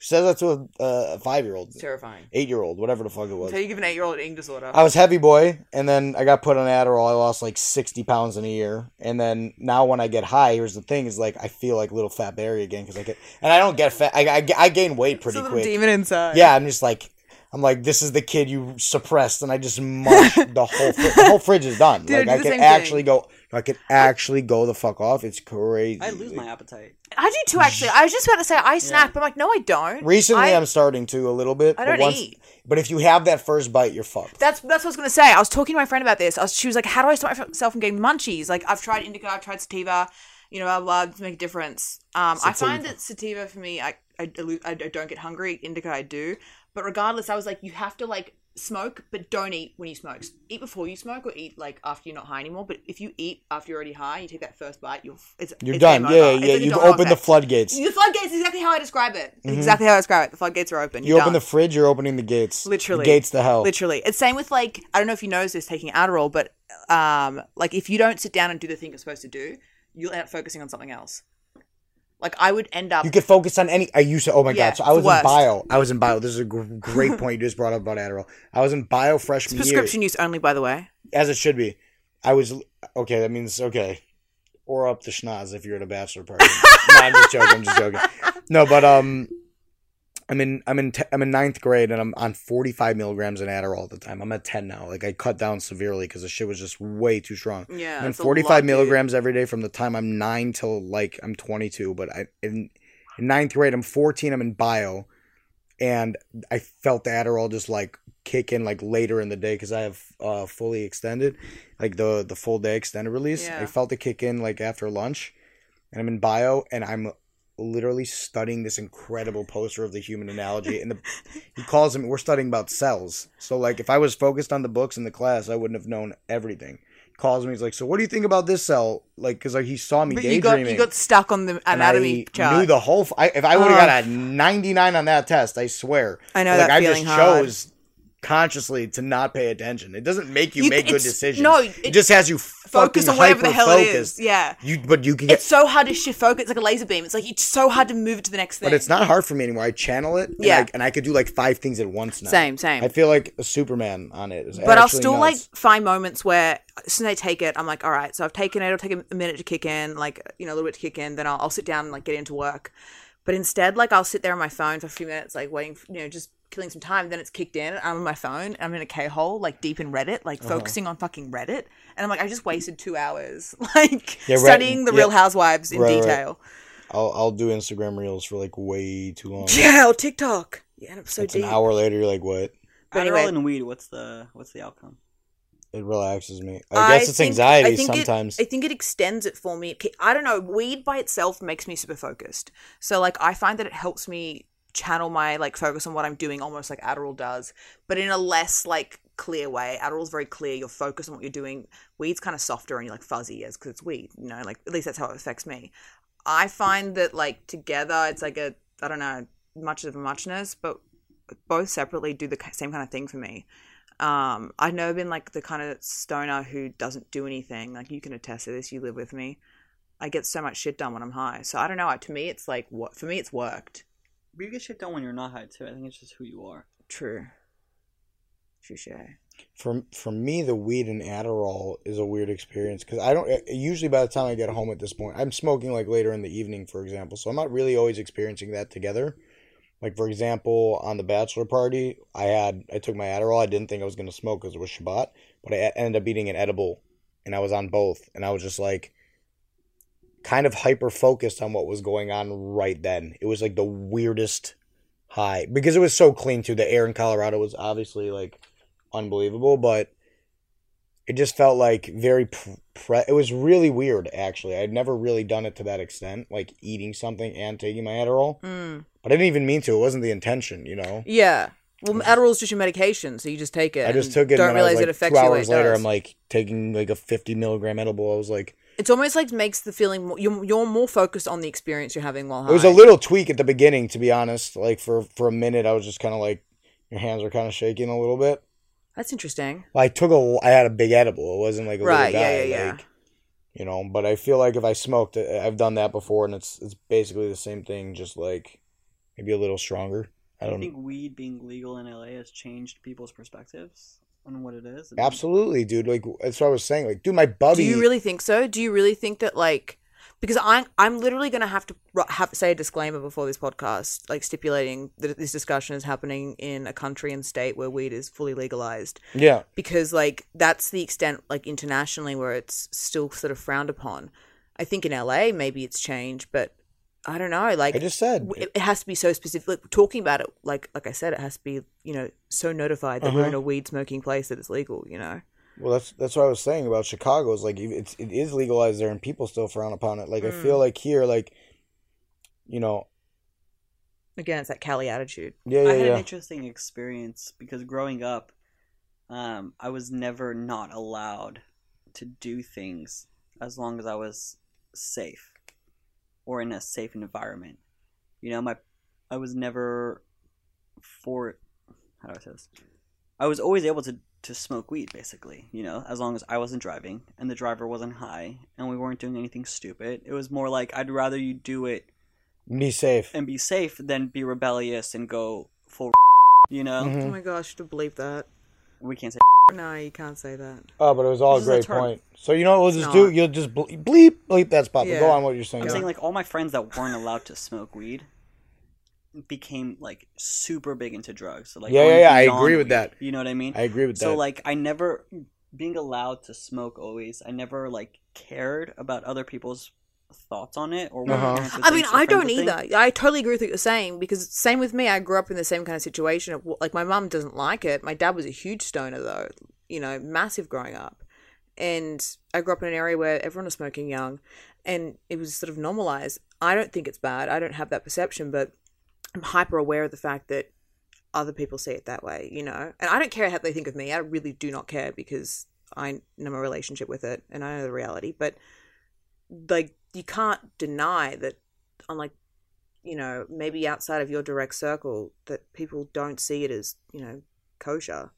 [SPEAKER 2] She says that to a, uh, a five year old,
[SPEAKER 1] It's terrifying.
[SPEAKER 2] eight year old, whatever the fuck it was.
[SPEAKER 1] So you give an eight-year-old an eating disorder.
[SPEAKER 2] I was heavy boy, and then I got put on Adderall. I lost like sixty pounds in a year, and then now when I get high, here's the thing: is like I feel like little fat Barry again because I get, and I don't get fat. I, I, I gain weight
[SPEAKER 1] it's a
[SPEAKER 2] pretty
[SPEAKER 1] little
[SPEAKER 2] quick.
[SPEAKER 1] demon inside.
[SPEAKER 2] Yeah, I'm just like, I'm like, this is the kid you suppressed, and I just mush the whole fri- the whole fridge is done.
[SPEAKER 1] Dude,
[SPEAKER 2] like
[SPEAKER 1] do
[SPEAKER 2] I
[SPEAKER 1] the
[SPEAKER 2] can
[SPEAKER 1] same thing.
[SPEAKER 2] actually go, I can actually go the fuck off. It's crazy.
[SPEAKER 3] I lose my appetite.
[SPEAKER 1] I do too. Actually, I was just about to say I snack, but I'm like, no, I don't.
[SPEAKER 2] Recently,
[SPEAKER 1] I,
[SPEAKER 2] I'm starting to a little bit.
[SPEAKER 1] I
[SPEAKER 2] but
[SPEAKER 1] don't
[SPEAKER 2] once-
[SPEAKER 1] eat.
[SPEAKER 2] But if you have that first bite, you're fucked.
[SPEAKER 1] That's that's what I was gonna say. I was talking to my friend about this. I was, she was like, "How do I stop myself from getting munchies?" Like I've tried indica, I've tried sativa, you know, blah blah, blah to make a difference. Um, I find that sativa for me, I I, delu- I I don't get hungry. Indica, I do. But regardless, I was like, you have to like smoke, but don't eat when you smoke. Eat before you smoke, or eat like after you're not high anymore. But if you eat after you're already high, you take that first bite, you're it's
[SPEAKER 2] You're
[SPEAKER 1] it's
[SPEAKER 2] done.
[SPEAKER 1] game
[SPEAKER 2] Yeah,
[SPEAKER 1] over. It's
[SPEAKER 2] yeah.
[SPEAKER 1] like a
[SPEAKER 2] You've
[SPEAKER 1] domino
[SPEAKER 2] opened the
[SPEAKER 1] effect.
[SPEAKER 2] floodgates. Mm-hmm.
[SPEAKER 1] The floodgates is exactly how I describe it. It's Exactly how I describe it. The floodgates are open.
[SPEAKER 2] You
[SPEAKER 1] You're
[SPEAKER 2] open the
[SPEAKER 1] done.
[SPEAKER 2] fridge, you're opening the gates.
[SPEAKER 1] Literally.
[SPEAKER 2] the gates to hell.
[SPEAKER 1] Literally. It's same with like I don't know if you noticed this taking Adderall, but um like if you don't sit down and do the thing you're supposed to do, you'll end up focusing on something else. Like I would end up
[SPEAKER 2] You could focus on any. I used to. Oh my
[SPEAKER 1] Yeah,
[SPEAKER 2] god! So
[SPEAKER 1] it's
[SPEAKER 2] I was
[SPEAKER 1] the worst.
[SPEAKER 2] in bio. I was in bio. This is a gr- great point you just brought up about Adderall. I was in bio freshman year.
[SPEAKER 1] prescription use only by the way.
[SPEAKER 2] as it should be. I was okay. That means okay, or up the schnoz if you're at a bachelor party. no, I'm just joking. I'm just joking. No, but um, I'm in I'm in te- I'm in ninth grade and I'm on 45 milligrams in Adderall at the time. I'm at 10 now. Like I cut down severely because the shit was just way too strong.
[SPEAKER 1] Yeah,
[SPEAKER 2] I'm on
[SPEAKER 1] that's a
[SPEAKER 2] 45
[SPEAKER 1] lot, dude.
[SPEAKER 2] milligrams every day from the time I'm nine till like I'm 22. But I in, in ninth grade I'm 14. I'm in bio, and I felt the Adderall just like kick in like later in the day because I have uh, fully extended, like the the full day extended release.
[SPEAKER 1] Yeah.
[SPEAKER 2] I felt it kick in like after lunch, and I'm in bio and I'm literally studying this incredible poster of the human analogy and the he calls him we're studying about cells so like if i was focused on the books in the class i wouldn't have known everything he calls me he's like so what do you think about this cell like because like he saw me
[SPEAKER 1] But you got
[SPEAKER 2] daydreaming
[SPEAKER 1] you got stuck on the
[SPEAKER 2] and
[SPEAKER 1] anatomy
[SPEAKER 2] I
[SPEAKER 1] chart.
[SPEAKER 2] knew the whole. F- I, if I would have got a 99 on that test, I swear.
[SPEAKER 1] Oh. I know
[SPEAKER 2] Like
[SPEAKER 1] that
[SPEAKER 2] I
[SPEAKER 1] feeling
[SPEAKER 2] just
[SPEAKER 1] hard.
[SPEAKER 2] chose consciously to not pay attention. It doesn't make you,
[SPEAKER 1] You-
[SPEAKER 2] make good
[SPEAKER 1] it's-
[SPEAKER 2] decisions.
[SPEAKER 1] no,
[SPEAKER 2] it,
[SPEAKER 1] it-
[SPEAKER 2] just has you
[SPEAKER 1] focus
[SPEAKER 2] fucking
[SPEAKER 1] on whatever the hell it is.
[SPEAKER 2] hyper-focused.
[SPEAKER 1] Yeah.
[SPEAKER 2] You, but you can
[SPEAKER 1] It's
[SPEAKER 2] get.
[SPEAKER 1] so hard to shift focus. It's like a laser beam. It's like it's so hard to move to the next thing.
[SPEAKER 2] But it's not hard for me anymore. I channel it. and I-
[SPEAKER 1] Yeah.
[SPEAKER 2] and I, could do like five things at once now.
[SPEAKER 1] Same, same.
[SPEAKER 2] I feel like a Superman on it. It's
[SPEAKER 1] but I'll
[SPEAKER 2] actually
[SPEAKER 1] still
[SPEAKER 2] nuts.
[SPEAKER 1] like find moments where as soon as I take it, I'm like, all right, so I've taken it. It'll take a minute to kick in, like you know, a little bit to kick in. Then I'll, I'll sit down and like get into work. But instead, like I'll sit there on my phone for a few minutes, like waiting, for, you know, just killing some time. Then it's kicked in, and I'm on my phone. And I'm in a K hole, like deep in Reddit, like
[SPEAKER 2] Uh-huh.
[SPEAKER 1] focusing on fucking Reddit. And I'm like, I just wasted two hours, like
[SPEAKER 2] Yeah, Reddit-
[SPEAKER 1] studying the Real
[SPEAKER 2] yeah.
[SPEAKER 1] Housewives in
[SPEAKER 2] Right, right.
[SPEAKER 1] detail.
[SPEAKER 2] I'll, I'll do Instagram reels for like way too long.
[SPEAKER 1] Yeah, or TikTok. Yeah, and I'm so
[SPEAKER 2] It's an
[SPEAKER 1] deep.
[SPEAKER 2] hour later. You're like, what?
[SPEAKER 1] But
[SPEAKER 3] Adderall
[SPEAKER 1] anyway.
[SPEAKER 3] and weed. What's the what's the outcome?
[SPEAKER 2] It relaxes me. I guess it's anxiety
[SPEAKER 1] I think
[SPEAKER 2] sometimes.
[SPEAKER 1] It, I think it extends it for me. It- I don't know. Weed by itself makes me super focused. So like I find that it helps me channel my like focus on what I'm doing almost like Adderall does, but in a less like clear way. Adderall's very clear. You're focused on what you're doing. Weed's kind of softer and you're like fuzzy as because it's weed. You know, like at least that's how it affects me. I find that like together it's like a I don't know much of a muchness, but both separately do the ki- same kind of thing for me. Um, I've never been like the kind of stoner who doesn't do anything. Like you can attest to this. You live with me. I get so much shit done when I'm high. So I don't know. I- To me, it's like what for me, it's worked.
[SPEAKER 3] But you get shit done when you're not high too. I think it's just who you are.
[SPEAKER 1] True. Touche.
[SPEAKER 2] for for me, the weed and Adderall is a weird experience because I don't uh, usually by the time I get home at this point, I'm smoking like later in the evening, for example. So I'm not really always experiencing that together. Like for example, on the bachelor party, I had I took my Adderall. I didn't think I was gonna smoke because it was Shabbat, but I e- ended up eating an edible, and I was on both, and I was just like kind of hyper focused on what was going on right then. It was like the weirdest high because it was so clean too. The air in Colorado was obviously like unbelievable, but it just felt like very pre- pre- it was really weird actually. I'd never really done it to that extent, like eating something and taking my Adderall.
[SPEAKER 1] Mm.
[SPEAKER 2] But I didn't even mean to. It wasn't the intention, you know.
[SPEAKER 1] Yeah. Well, Adderall's just your medication, so you just take it.
[SPEAKER 2] I just
[SPEAKER 1] and
[SPEAKER 2] took it.
[SPEAKER 1] Don't
[SPEAKER 2] and then I was,
[SPEAKER 1] realize
[SPEAKER 2] like,
[SPEAKER 1] it affects
[SPEAKER 2] two
[SPEAKER 1] you. the way
[SPEAKER 2] hours
[SPEAKER 1] it
[SPEAKER 2] later,
[SPEAKER 1] does.
[SPEAKER 2] I'm like taking like a 50 milligram edible. I was like,
[SPEAKER 1] it's almost like makes the feeling more, you're you're more focused on the experience you're having while high.
[SPEAKER 2] It was a little tweak at the beginning, to be honest. Like for for a minute, I was just kind of like, your hands were kind of shaking a little bit.
[SPEAKER 1] That's interesting.
[SPEAKER 2] Well, I took a, I had a big edible. It wasn't like a
[SPEAKER 1] Right?
[SPEAKER 2] little guy,
[SPEAKER 1] Yeah. Yeah. Yeah.
[SPEAKER 2] like, you know. But uh, I feel like if I smoked, I- I've done that before, and it's it's basically the same thing, just like maybe a little stronger. I
[SPEAKER 3] I
[SPEAKER 2] don't
[SPEAKER 3] think weed being legal in LA has changed people's perspectives on what it is. and-
[SPEAKER 2] absolutely, dude. Like that's what I was saying. Like, dude, my buddy.
[SPEAKER 1] Do you really think so? Do you really think that like because I'm I'm literally gonna have to ru- have say a disclaimer before this podcast, like stipulating that this discussion is happening in a country and state where weed is fully legalized,
[SPEAKER 2] Yeah,
[SPEAKER 1] because like that's the extent like internationally where it's still sort of frowned upon. I think in LA maybe it's changed, but I don't know. Like
[SPEAKER 2] I just said.
[SPEAKER 1] w- it it has to be so specific. Like, talking about it, like like I said, it has to be you know so notified
[SPEAKER 2] Uh-huh.
[SPEAKER 1] that we're in a weed smoking place that it's legal. You know,
[SPEAKER 2] Well, that's that's what I was saying about Chicago. Is like it's it is legalized there, and people still frown upon it. Like I
[SPEAKER 3] Hmm.
[SPEAKER 2] feel like here, like you know,
[SPEAKER 1] again, it's that Cali attitude.
[SPEAKER 2] yeah,
[SPEAKER 3] I
[SPEAKER 2] yeah,
[SPEAKER 3] had
[SPEAKER 2] yeah.
[SPEAKER 3] an interesting experience because growing up, um, I was never not allowed to do things as long as I was safe or in a safe environment. You know, my I was never for how do I say this? I was always able to to smoke weed basically, you know, as long as I wasn't driving and the driver wasn't high and we weren't doing anything stupid. It was more like I'd rather you do it
[SPEAKER 2] Be safe.
[SPEAKER 3] and be safe than be rebellious and go full. You know,
[SPEAKER 1] Oh
[SPEAKER 2] Mhm.
[SPEAKER 1] my gosh, to believe that.
[SPEAKER 2] Mm-hmm.
[SPEAKER 3] we can't say.
[SPEAKER 1] No, you can't say that.
[SPEAKER 2] Oh, but it was all a
[SPEAKER 3] This is a
[SPEAKER 2] great
[SPEAKER 3] term.
[SPEAKER 2] point. So you know what we'll just
[SPEAKER 1] It's
[SPEAKER 2] do?
[SPEAKER 1] not.
[SPEAKER 2] You'll just ble- bleep bleep that spot. But go
[SPEAKER 1] Yeah.
[SPEAKER 2] on what you're saying.
[SPEAKER 3] I'm saying like all my friends that weren't allowed to smoke weed became like super big into drugs. So, like
[SPEAKER 2] Yeah, yeah,
[SPEAKER 3] going
[SPEAKER 2] yeah, I
[SPEAKER 3] beyond
[SPEAKER 2] agree with
[SPEAKER 3] weed,
[SPEAKER 2] that.
[SPEAKER 3] You know what I mean?
[SPEAKER 2] I agree with
[SPEAKER 3] so
[SPEAKER 2] that.
[SPEAKER 3] like I never being allowed to smoke always. I never like cared about other people's thoughts on it or what
[SPEAKER 2] Uh-huh.
[SPEAKER 3] parents would
[SPEAKER 1] I
[SPEAKER 3] think,
[SPEAKER 1] mean,
[SPEAKER 3] their
[SPEAKER 1] I
[SPEAKER 3] friends
[SPEAKER 1] don't
[SPEAKER 3] would think.
[SPEAKER 1] either. I totally agree with what you're saying because same with me. I grew up in the same kind of situation. Of, like my mum doesn't like it. My dad was a huge stoner though, you know, massive growing up, and I grew up in an area where everyone was smoking young, and it was sort of normalized. I don't think it's bad. I don't have that perception, but I'm hyper aware of the fact that other people see it that way, you know. And I don't care how they think of me. I really do not care because I know my relationship with it and I know the reality. But like, you can't deny that, unlike, you know, maybe outside of your direct circle, that people don't see it as, you know, kosher.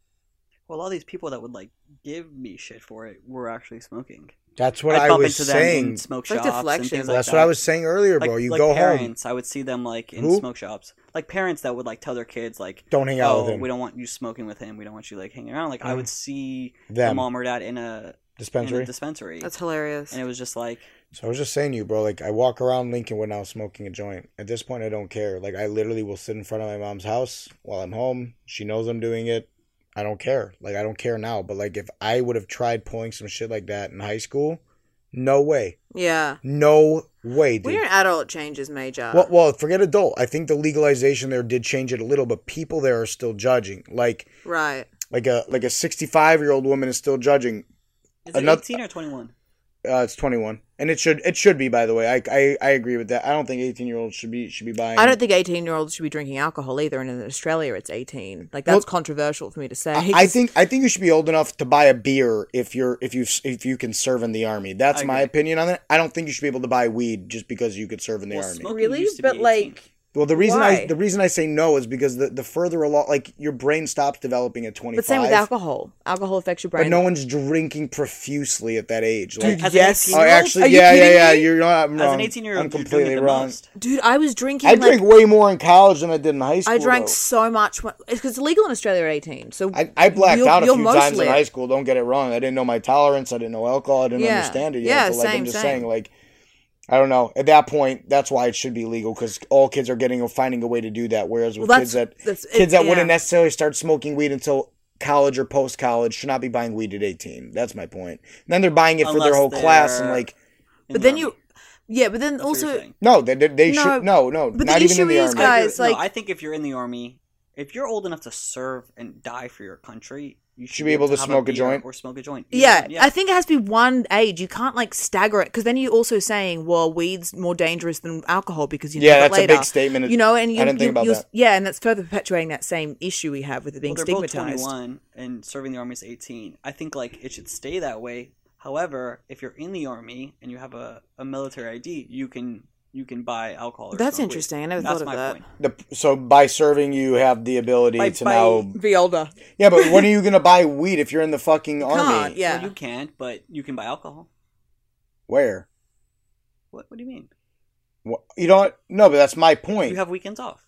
[SPEAKER 3] Well, all these people that would like give me shit for it were actually smoking.
[SPEAKER 2] That's what
[SPEAKER 3] I'd
[SPEAKER 2] I
[SPEAKER 3] bump
[SPEAKER 2] was
[SPEAKER 3] into them in
[SPEAKER 2] saying.
[SPEAKER 3] smoke
[SPEAKER 1] It's like
[SPEAKER 3] shops and
[SPEAKER 1] deflection.
[SPEAKER 3] things like
[SPEAKER 2] That's
[SPEAKER 3] that.
[SPEAKER 2] what I was saying earlier,
[SPEAKER 3] like,
[SPEAKER 2] bro. You
[SPEAKER 3] like
[SPEAKER 2] go home.
[SPEAKER 3] parents, I would see them like in
[SPEAKER 2] Who?
[SPEAKER 3] smoke shops, like parents that would like tell their kids like,
[SPEAKER 2] Don't hang out
[SPEAKER 3] "Oh,
[SPEAKER 2] with him.
[SPEAKER 3] we don't want you smoking with him. We don't want you like hanging around." Like I
[SPEAKER 2] Mm.
[SPEAKER 3] would see the
[SPEAKER 2] Them
[SPEAKER 3] mom or dad in a in
[SPEAKER 2] dispensary.
[SPEAKER 3] a dispensary,
[SPEAKER 1] That's hilarious.
[SPEAKER 3] and it was just like,
[SPEAKER 2] So I was just saying to you, bro, like I walk around Lincoln when I was smoking a joint. At this point I don't care. Like I literally will sit in front of my mom's house while I'm home. She knows I'm doing it. I don't care. Like I don't care now. But like if I would have tried pulling some shit like that in high school, no way.
[SPEAKER 1] yeah.
[SPEAKER 2] No way,
[SPEAKER 1] When you're
[SPEAKER 2] dude.
[SPEAKER 1] an adult, it changes major.
[SPEAKER 2] Well, well, forget adult. I think the legalization there did change it a little, but people there are still judging. Like
[SPEAKER 1] right.
[SPEAKER 2] like a like a 65 year old woman is still judging
[SPEAKER 3] "Is it
[SPEAKER 2] Another-
[SPEAKER 3] eighteen or twenty-one?
[SPEAKER 2] Uh, it's 21, and it should it should be. By the way, I I, I agree with that. I don't think 18 year olds should be should be buying.
[SPEAKER 1] I don't think 18 year olds should be drinking alcohol either. And in Australia, it's 18. Like, that's
[SPEAKER 2] Well-
[SPEAKER 1] controversial for me to say.
[SPEAKER 2] I, I think I think you should be old enough to buy a beer if you're if you if you can serve in the army. That's
[SPEAKER 3] I
[SPEAKER 2] my
[SPEAKER 3] agree.
[SPEAKER 2] opinion on it. I don't think you should be able to buy weed just because you could serve in the
[SPEAKER 3] Well,
[SPEAKER 2] army.
[SPEAKER 3] smoke-
[SPEAKER 1] really,
[SPEAKER 3] used to be
[SPEAKER 1] but
[SPEAKER 3] 18.
[SPEAKER 1] like,
[SPEAKER 2] well, the reason I
[SPEAKER 1] Why?
[SPEAKER 2] the reason I say no is because the, the further along, like your brain stops developing at 25.
[SPEAKER 1] But same with alcohol. Alcohol affects your brain.
[SPEAKER 2] But no one's drinking profusely at that age. Like,
[SPEAKER 3] As
[SPEAKER 1] yes.
[SPEAKER 3] an
[SPEAKER 2] oh,
[SPEAKER 3] 18 year old,
[SPEAKER 2] actually,
[SPEAKER 1] Are you
[SPEAKER 2] yeah, yeah,
[SPEAKER 1] kidding
[SPEAKER 2] yeah.
[SPEAKER 1] me?
[SPEAKER 2] You're not. I'm
[SPEAKER 3] as
[SPEAKER 2] wrong.
[SPEAKER 3] an eighteen-year-old,
[SPEAKER 2] I'm
[SPEAKER 3] you're doing it
[SPEAKER 2] completely
[SPEAKER 3] the
[SPEAKER 2] wrong.
[SPEAKER 3] most.
[SPEAKER 1] Dude, I was drinking.
[SPEAKER 2] I
[SPEAKER 1] like,
[SPEAKER 2] drank way more in college than I did in high school.
[SPEAKER 1] I drank
[SPEAKER 2] though.
[SPEAKER 1] so much. When, it's because it's legal in Australia at 18. So
[SPEAKER 2] I, I blacked
[SPEAKER 1] you're-
[SPEAKER 2] out a
[SPEAKER 1] you're
[SPEAKER 2] few times in
[SPEAKER 1] mostly-
[SPEAKER 2] high school. Don't get it wrong. I didn't know my tolerance. I didn't know alcohol. I didn't
[SPEAKER 1] Yeah.
[SPEAKER 2] understand it yet.
[SPEAKER 1] Yeah,
[SPEAKER 2] but like
[SPEAKER 1] same,
[SPEAKER 2] I'm just
[SPEAKER 1] same.
[SPEAKER 2] saying, like, I don't know. At that point, that's why it should be legal because all kids are getting finding a way to do that. Whereas with
[SPEAKER 1] Well,
[SPEAKER 2] kids that
[SPEAKER 1] that's- that's- it-
[SPEAKER 2] kids that
[SPEAKER 1] yeah.
[SPEAKER 2] wouldn't necessarily start smoking weed until college or post college should not be buying weed at 18. That's my point. And then they're buying it for their
[SPEAKER 3] Unless
[SPEAKER 2] whole class and
[SPEAKER 3] they're-
[SPEAKER 2] like.
[SPEAKER 1] But
[SPEAKER 3] In the
[SPEAKER 1] then
[SPEAKER 3] army.
[SPEAKER 1] you, yeah. But then
[SPEAKER 3] That's what you're
[SPEAKER 1] also,
[SPEAKER 3] saying.
[SPEAKER 2] No, they, they, they
[SPEAKER 1] No,
[SPEAKER 2] should no, no,
[SPEAKER 1] but the
[SPEAKER 2] not even
[SPEAKER 1] issue
[SPEAKER 2] in the
[SPEAKER 1] is,
[SPEAKER 2] army.
[SPEAKER 3] I agree
[SPEAKER 1] guys,
[SPEAKER 3] with- no,
[SPEAKER 1] like-
[SPEAKER 3] I think if you're in the army, if you're old enough to serve and die for your country, you should,
[SPEAKER 2] be able to
[SPEAKER 3] have
[SPEAKER 2] smoke a
[SPEAKER 3] beer
[SPEAKER 2] joint.
[SPEAKER 3] or smoke a joint.
[SPEAKER 1] yeah,
[SPEAKER 3] yeah.
[SPEAKER 1] I think it has to be one age. You can't like stagger it because then you're also saying, well, weed's more dangerous than alcohol because you know
[SPEAKER 2] Yeah,
[SPEAKER 1] that
[SPEAKER 2] that's a
[SPEAKER 1] later.
[SPEAKER 2] big statement.
[SPEAKER 1] You know, and
[SPEAKER 2] I
[SPEAKER 1] you,
[SPEAKER 2] didn't think
[SPEAKER 1] you-
[SPEAKER 2] about
[SPEAKER 1] you're-
[SPEAKER 2] that.
[SPEAKER 1] Yeah, and that's further perpetuating that same issue we have with it being
[SPEAKER 3] Well, they're both
[SPEAKER 1] stigmatized.
[SPEAKER 3] 21 and serving the army is 18. I think like it should stay that way. However, if you're in the army and you have a, a military ID, you can you can buy alcohol. Or
[SPEAKER 1] That's
[SPEAKER 3] smoke weed.
[SPEAKER 1] interesting. I never
[SPEAKER 3] That's
[SPEAKER 1] thought of
[SPEAKER 3] my
[SPEAKER 1] that.
[SPEAKER 3] Point.
[SPEAKER 2] The, so by serving, you have the ability
[SPEAKER 3] By-
[SPEAKER 2] to
[SPEAKER 3] by-
[SPEAKER 2] now.
[SPEAKER 1] Be older.
[SPEAKER 2] Yeah, but when are you gonna buy weed if you're in the fucking army?
[SPEAKER 1] Can't, yeah.
[SPEAKER 3] Well, you can't, but you can buy alcohol.
[SPEAKER 2] Where?
[SPEAKER 3] What What do you mean?
[SPEAKER 2] Wh- You don't. No, but that's my point.
[SPEAKER 3] You have weekends off.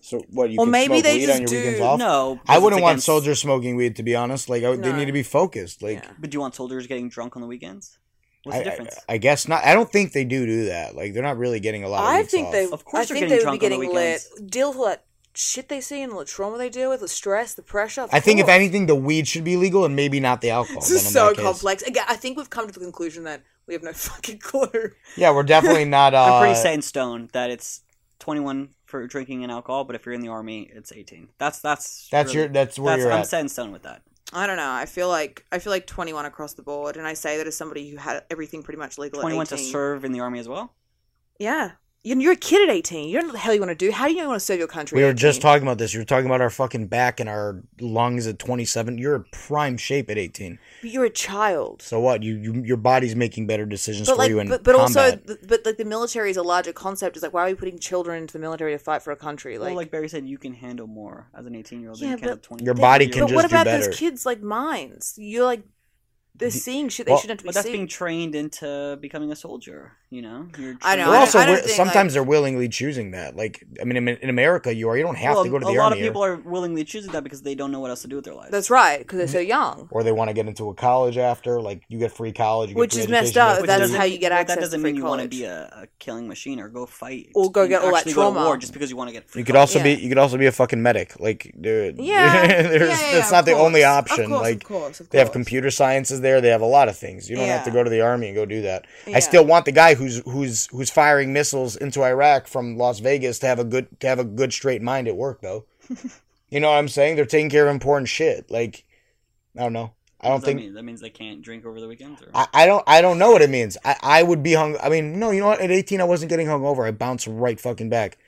[SPEAKER 2] So what? You
[SPEAKER 1] Or
[SPEAKER 2] can
[SPEAKER 1] maybe
[SPEAKER 2] smoke
[SPEAKER 1] they
[SPEAKER 2] weed
[SPEAKER 1] just
[SPEAKER 2] on your
[SPEAKER 1] do-
[SPEAKER 2] weekends off.
[SPEAKER 3] No,
[SPEAKER 2] I
[SPEAKER 3] because
[SPEAKER 2] wouldn't
[SPEAKER 3] it's
[SPEAKER 2] want
[SPEAKER 3] against-
[SPEAKER 2] soldiers smoking weed to be honest. Like I, would they
[SPEAKER 1] No.
[SPEAKER 2] need to be focused. Like
[SPEAKER 1] Yeah.
[SPEAKER 3] But do you want soldiers getting drunk on the weekends? What's
[SPEAKER 2] I,
[SPEAKER 3] the
[SPEAKER 2] I-
[SPEAKER 3] difference?
[SPEAKER 2] I guess not. I don't think they do do that. Like they're not really getting a lot. Of
[SPEAKER 1] I
[SPEAKER 2] weeks
[SPEAKER 1] think
[SPEAKER 2] off.
[SPEAKER 1] they.
[SPEAKER 3] Of course
[SPEAKER 1] I
[SPEAKER 3] they're
[SPEAKER 1] think
[SPEAKER 3] getting
[SPEAKER 1] they would
[SPEAKER 3] drunk
[SPEAKER 1] be
[SPEAKER 3] on the
[SPEAKER 1] getting lit.
[SPEAKER 3] weekends.
[SPEAKER 1] Deal with all that shit they see and all the trauma they deal with, the stress, the pressure. of
[SPEAKER 2] I think if
[SPEAKER 1] course.
[SPEAKER 2] anything, the weed should be legal and maybe not the alcohol.
[SPEAKER 1] This
[SPEAKER 2] then
[SPEAKER 1] is
[SPEAKER 2] in
[SPEAKER 1] so
[SPEAKER 2] that case.
[SPEAKER 1] complex. Again, I think we've come to the conclusion that we have no fucking clue.
[SPEAKER 2] Yeah, we're definitely not. Uh,
[SPEAKER 3] I'm pretty set in stone that it's 21 for drinking and alcohol, but if you're in the army, it's 18. That's that's
[SPEAKER 2] That's
[SPEAKER 3] really-
[SPEAKER 2] your. That's where
[SPEAKER 3] that's-
[SPEAKER 2] you're
[SPEAKER 3] I'm
[SPEAKER 2] at.
[SPEAKER 3] set in stone with that.
[SPEAKER 1] I don't know. I feel like I feel like 21 across the board, and I say that as somebody who had everything pretty much legal.
[SPEAKER 3] 21
[SPEAKER 1] at
[SPEAKER 3] to
[SPEAKER 1] 18.
[SPEAKER 3] serve in the army as well.
[SPEAKER 1] Yeah, You- you're a kid at 18. You don't know what the hell you want to do. How do you want to serve your country?
[SPEAKER 2] We
[SPEAKER 1] at
[SPEAKER 2] were just
[SPEAKER 1] 18?
[SPEAKER 2] talking about this. You were talking about our fucking back and our lungs at 27. You're in prime shape at 18.
[SPEAKER 1] But you're a child.
[SPEAKER 2] So what? You, you your body's making better decisions
[SPEAKER 1] But
[SPEAKER 2] for
[SPEAKER 1] like,
[SPEAKER 2] you in
[SPEAKER 1] but, but also,
[SPEAKER 2] combat.
[SPEAKER 1] th- but like the military is a larger concept. It's like, why are we putting children into the military to fight for a country?
[SPEAKER 3] Like,
[SPEAKER 1] Like,
[SPEAKER 3] well, like Barry said, you can handle more as an 18 year old
[SPEAKER 1] Yeah,
[SPEAKER 3] than you can
[SPEAKER 1] but-
[SPEAKER 3] at 20.
[SPEAKER 2] Your body can
[SPEAKER 1] but
[SPEAKER 2] just
[SPEAKER 1] what
[SPEAKER 2] do
[SPEAKER 1] about
[SPEAKER 2] better.
[SPEAKER 1] those kids like minds? You're like, they're seeing shit they
[SPEAKER 2] well-
[SPEAKER 1] shouldn't have to be
[SPEAKER 3] But that's
[SPEAKER 1] seeing.
[SPEAKER 3] being trained into becoming a soldier. You know, you're
[SPEAKER 1] I know,
[SPEAKER 2] They're
[SPEAKER 1] I
[SPEAKER 2] also
[SPEAKER 1] don't
[SPEAKER 2] wi-
[SPEAKER 1] think,
[SPEAKER 2] sometimes
[SPEAKER 1] like-
[SPEAKER 2] they're willingly choosing that. Like I mean, in, in America, you are. You don't have
[SPEAKER 3] Well,
[SPEAKER 2] to go to
[SPEAKER 3] a
[SPEAKER 2] the
[SPEAKER 3] lot
[SPEAKER 2] army,
[SPEAKER 3] of
[SPEAKER 2] or-
[SPEAKER 3] people are willingly choosing that because they don't know what else to do with their lives.
[SPEAKER 1] That's right, because they're so
[SPEAKER 2] Mm-hmm.
[SPEAKER 1] young.
[SPEAKER 2] or they want to get into a college after. Like you get free college, you get
[SPEAKER 1] Which
[SPEAKER 2] free
[SPEAKER 1] is messed
[SPEAKER 2] education,
[SPEAKER 1] up.
[SPEAKER 2] you get
[SPEAKER 1] But
[SPEAKER 2] free-
[SPEAKER 1] that's
[SPEAKER 3] doesn't-
[SPEAKER 1] how you get access
[SPEAKER 3] That
[SPEAKER 1] to
[SPEAKER 3] doesn't
[SPEAKER 1] free
[SPEAKER 3] mean you want to
[SPEAKER 1] college.
[SPEAKER 3] be a, a killing machine or go fight
[SPEAKER 1] Or go
[SPEAKER 3] and
[SPEAKER 1] get all that
[SPEAKER 3] actually go to
[SPEAKER 1] trauma.
[SPEAKER 3] war just because you want to get.
[SPEAKER 2] You could also
[SPEAKER 1] Yeah.
[SPEAKER 2] be you could also be a fucking medic. Like dude,
[SPEAKER 1] Yeah,
[SPEAKER 2] there's,
[SPEAKER 1] yeah, yeah,
[SPEAKER 2] that's
[SPEAKER 1] of
[SPEAKER 2] not the only
[SPEAKER 1] course. Of
[SPEAKER 2] option.
[SPEAKER 1] course, of
[SPEAKER 2] like
[SPEAKER 1] course, of
[SPEAKER 2] they have
[SPEAKER 1] course.
[SPEAKER 2] computer sciences there. They have a lot of things. You don't have to
[SPEAKER 1] Yeah.
[SPEAKER 2] go to the army and go do that.
[SPEAKER 1] Yeah.
[SPEAKER 2] I still want the guy who's who's who's firing missiles into Iraq from Las Vegas to have a good to have a good straight mind at work though. you know what I'm saying? They're taking care of important shit. Like I don't know. I
[SPEAKER 3] What
[SPEAKER 2] don't
[SPEAKER 3] does that
[SPEAKER 2] think
[SPEAKER 3] mean? that means they can't drink over the weekends. Or...
[SPEAKER 2] I, I don't I don't know what it means. I, I would be hung I mean, no, you know what? At 18 I wasn't getting hung over. I bounced right fucking back.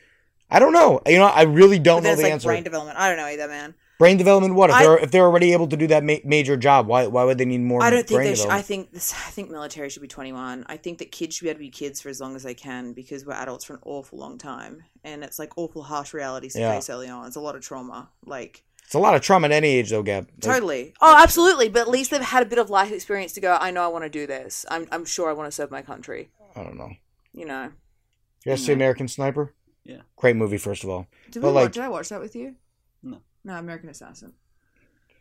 [SPEAKER 2] I don't know. You know, I really
[SPEAKER 1] But
[SPEAKER 2] don't know
[SPEAKER 1] there's
[SPEAKER 2] the
[SPEAKER 1] like
[SPEAKER 2] answer.
[SPEAKER 1] brain development. I don't know either, man.
[SPEAKER 2] Brain development? What if
[SPEAKER 1] I-
[SPEAKER 2] they're if they're already able to do that ma- major job? Why why would they need more?
[SPEAKER 1] I don't think
[SPEAKER 2] brain
[SPEAKER 1] they should. I
[SPEAKER 2] development?
[SPEAKER 1] think this. I think military should be twenty one. I think that kids should be able to be kids for as long as they can because we're adults for an awful long time, and it's like awful harsh realities to
[SPEAKER 2] Yeah.
[SPEAKER 1] face early on. It's a lot of trauma. Like
[SPEAKER 2] It's a lot of trauma at any age though, Gab. Like,
[SPEAKER 1] totally. Oh, absolutely. But at least they've had a bit of life experience to go. I know I want to do this. I'm. I'm sure I want to serve my country.
[SPEAKER 2] I don't know.
[SPEAKER 1] You know.
[SPEAKER 2] You guys see American Sniper?
[SPEAKER 3] Yeah.
[SPEAKER 2] Great movie, first of all.
[SPEAKER 1] Did,
[SPEAKER 2] But,
[SPEAKER 1] we watch-
[SPEAKER 2] like-
[SPEAKER 1] did I watch that with you?
[SPEAKER 3] No.
[SPEAKER 1] No, American Assassin.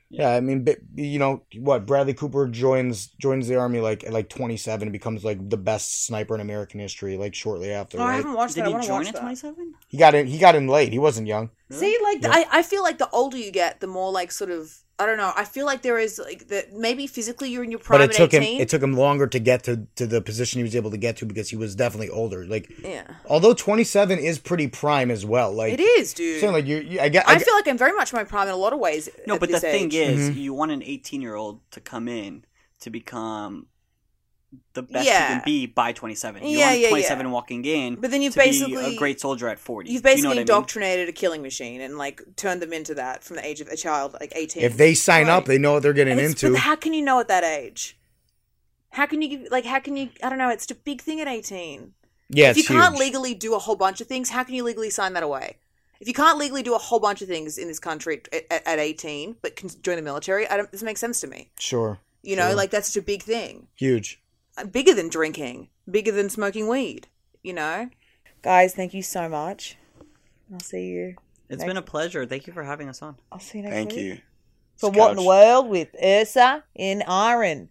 [SPEAKER 2] Yeah, I mean, but, you know what? Bradley Cooper joins joins the army like at like twenty seven, becomes like the best sniper in American history. Like shortly after,
[SPEAKER 1] No, Oh, I
[SPEAKER 2] right?
[SPEAKER 1] haven't watched
[SPEAKER 3] Did
[SPEAKER 1] that. I
[SPEAKER 3] he
[SPEAKER 1] want to
[SPEAKER 3] join
[SPEAKER 1] watch
[SPEAKER 3] at
[SPEAKER 1] that.
[SPEAKER 3] 27?
[SPEAKER 2] He got in. He got in late. He wasn't young.
[SPEAKER 1] See, like the, I, I feel like the older you get, the more like sort of I don't know. I feel like there is like that maybe physically you're in your prime
[SPEAKER 2] but it
[SPEAKER 1] at
[SPEAKER 2] took
[SPEAKER 1] eighteen.
[SPEAKER 2] him. It took him longer to get to to the position he was able to get to because he was definitely older. Like,
[SPEAKER 1] yeah,
[SPEAKER 2] although twenty seven is pretty prime as well. Like
[SPEAKER 1] it is, dude.
[SPEAKER 2] Saying like you, you I get.
[SPEAKER 1] I, feel like I'm very much in my prime in a lot of ways.
[SPEAKER 3] No,
[SPEAKER 1] at
[SPEAKER 3] but the
[SPEAKER 1] this
[SPEAKER 3] thing
[SPEAKER 1] age.
[SPEAKER 3] is, you want an 18 year old to come in to become the best
[SPEAKER 1] Yeah.
[SPEAKER 3] you can be by 27. You
[SPEAKER 1] Yeah,
[SPEAKER 3] want
[SPEAKER 1] yeah,
[SPEAKER 3] 27 walking in,
[SPEAKER 1] But then you've
[SPEAKER 3] to be
[SPEAKER 1] basically-
[SPEAKER 3] a great soldier at 40.
[SPEAKER 1] you've
[SPEAKER 3] Do you
[SPEAKER 1] basically
[SPEAKER 3] know what I mean?
[SPEAKER 1] indoctrinated a killing machine and like turned them into that from the age of a child, like eighteen.
[SPEAKER 2] if they sign up, they know what they're getting
[SPEAKER 1] And it's-
[SPEAKER 2] into.
[SPEAKER 1] but how can you know at that age? How can you give like how can you I don't know? It's a big thing at eighteen.
[SPEAKER 2] yeah,
[SPEAKER 1] if
[SPEAKER 2] it's
[SPEAKER 1] you can't
[SPEAKER 2] huge.
[SPEAKER 1] legally do a whole bunch of things, how can you legally sign that away? If you can't legally do a whole bunch of things in this country at, at, at 18, but can join the military, I don't, this makes sense to me.
[SPEAKER 2] sure,
[SPEAKER 1] You know,
[SPEAKER 2] Sure.
[SPEAKER 1] like that's such a big thing.
[SPEAKER 2] huge.
[SPEAKER 1] Uh, Bigger than drinking, bigger than smoking weed, you know? Guys, thank you so much. I'll see you.
[SPEAKER 3] It's been a pleasure. Thank you for having us on.
[SPEAKER 1] I'll see you next
[SPEAKER 4] Thank you.
[SPEAKER 1] For
[SPEAKER 4] It's
[SPEAKER 1] What in the
[SPEAKER 4] couch.
[SPEAKER 1] World with Ursa in Iron.